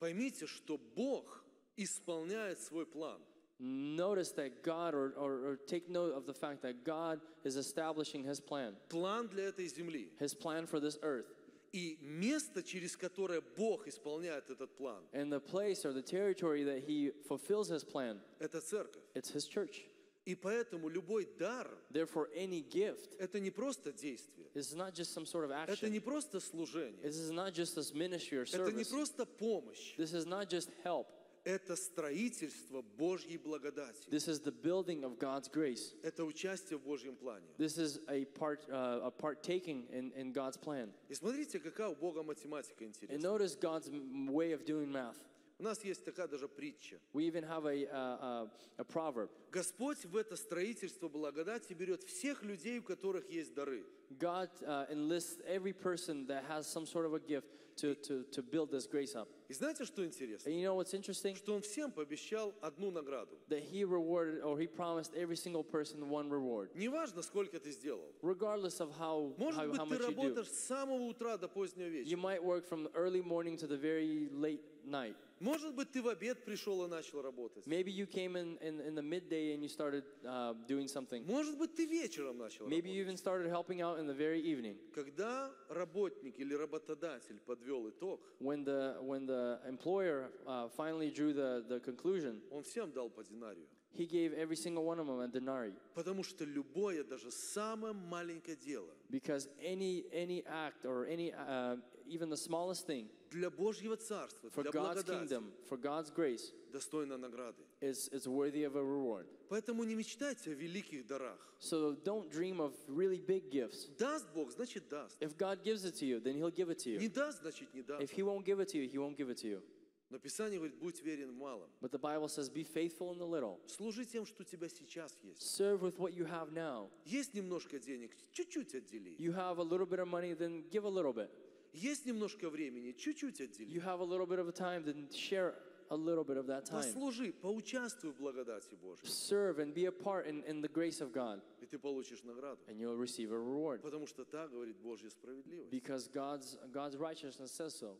S2: Поймите, что Бог исполняет свой план.
S1: Notice that God, or, or, or take note of the fact that God is establishing His plan,
S2: план для этой земли.
S1: His plan for this earth.
S2: И место, через которое Бог исполняет этот план,
S1: And the place or the territory that He fulfills His plan,
S2: это церковь.
S1: it's His church.
S2: И поэтому любой дар
S1: Therefore, any gift
S2: – это не просто действие,
S1: is not just some sort of
S2: это
S1: action.
S2: не просто служение,
S1: This is not just this ministry or
S2: это не
S1: service.
S2: просто помощь,
S1: This is not just help.
S2: это строительство Божьей благодати,
S1: This is the building of God's grace.
S2: это участие в Божьем плане.
S1: This is a part, uh, a partaking in, in God's plan.
S2: И смотрите, какая у Бога математика
S1: And
S2: интересная.
S1: notice God's m- way of doing math.
S2: У нас есть такая даже притча.
S1: We even have a, uh, uh, a proverb.
S2: Господь в это строительство благодати берет всех людей, у которых есть дары.
S1: God uh, enlists every person that has some sort of a gift to, to, to build this grace up.
S2: И знаете, что интересно?
S1: And you know what's interesting?
S2: Что Он всем пообещал одну награду.
S1: That He rewarded or He promised every single person one reward,
S2: Неважно, сколько ты сделал.
S1: regardless of how,
S2: Может
S1: how, how much you
S2: быть, ты
S1: do.
S2: работаешь с самого утра до позднего
S1: You
S2: вечера.
S1: might work from early morning to the very late night.
S2: Может быть, ты в обед пришел и начал работать.
S1: Maybe you came in in, in the midday and you started uh, doing something.
S2: Может быть, ты вечером начал
S1: Maybe you even
S2: работать.
S1: started helping out in the very evening.
S2: Когда работник или работодатель подвел итог,
S1: When the when the employer uh, finally drew the, the conclusion,
S2: он всем дал по динарию.
S1: he gave every single one of them a denarii
S2: Потому что любое, даже самое маленькое дело
S1: because any any act or any uh, even the smallest thing
S2: для Божьего Царства,
S1: for
S2: для
S1: God's
S2: благодати,
S1: kingdom, for God's grace,
S2: достойно награды.
S1: is is worthy of a reward.
S2: Поэтому не мечтайте о великих дарах.
S1: So don't dream of really big gifts.
S2: Даст Бог, значит даст.
S1: If God gives it to you, then He'll give it to you.
S2: Не даст, значит не
S1: If
S2: даст.
S1: he won't give it to you, he won't give it to you.
S2: Но Писание говорит, будь верен в малом.
S1: But the Bible says, be faithful in the little.
S2: Служи тем, что у тебя сейчас есть.
S1: Serve with what you have now.
S2: Есть немножко денег, чуть-чуть отдели.
S1: You have a little bit of money, then give a little bit.
S2: Есть немножко времени, чуть-чуть
S1: You
S2: отдели.
S1: have a little bit of time, then share a little bit of that time.
S2: Послужи, поучаствуй в благодати Божьей,
S1: Serve and be a part in, in the grace of God,
S2: и ты получишь награду.
S1: and you'll receive a reward.
S2: Потому что так говорит Божья справедливость.
S1: Because God's, God's righteousness says so.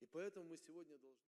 S2: И поэтому мы сегодня должны...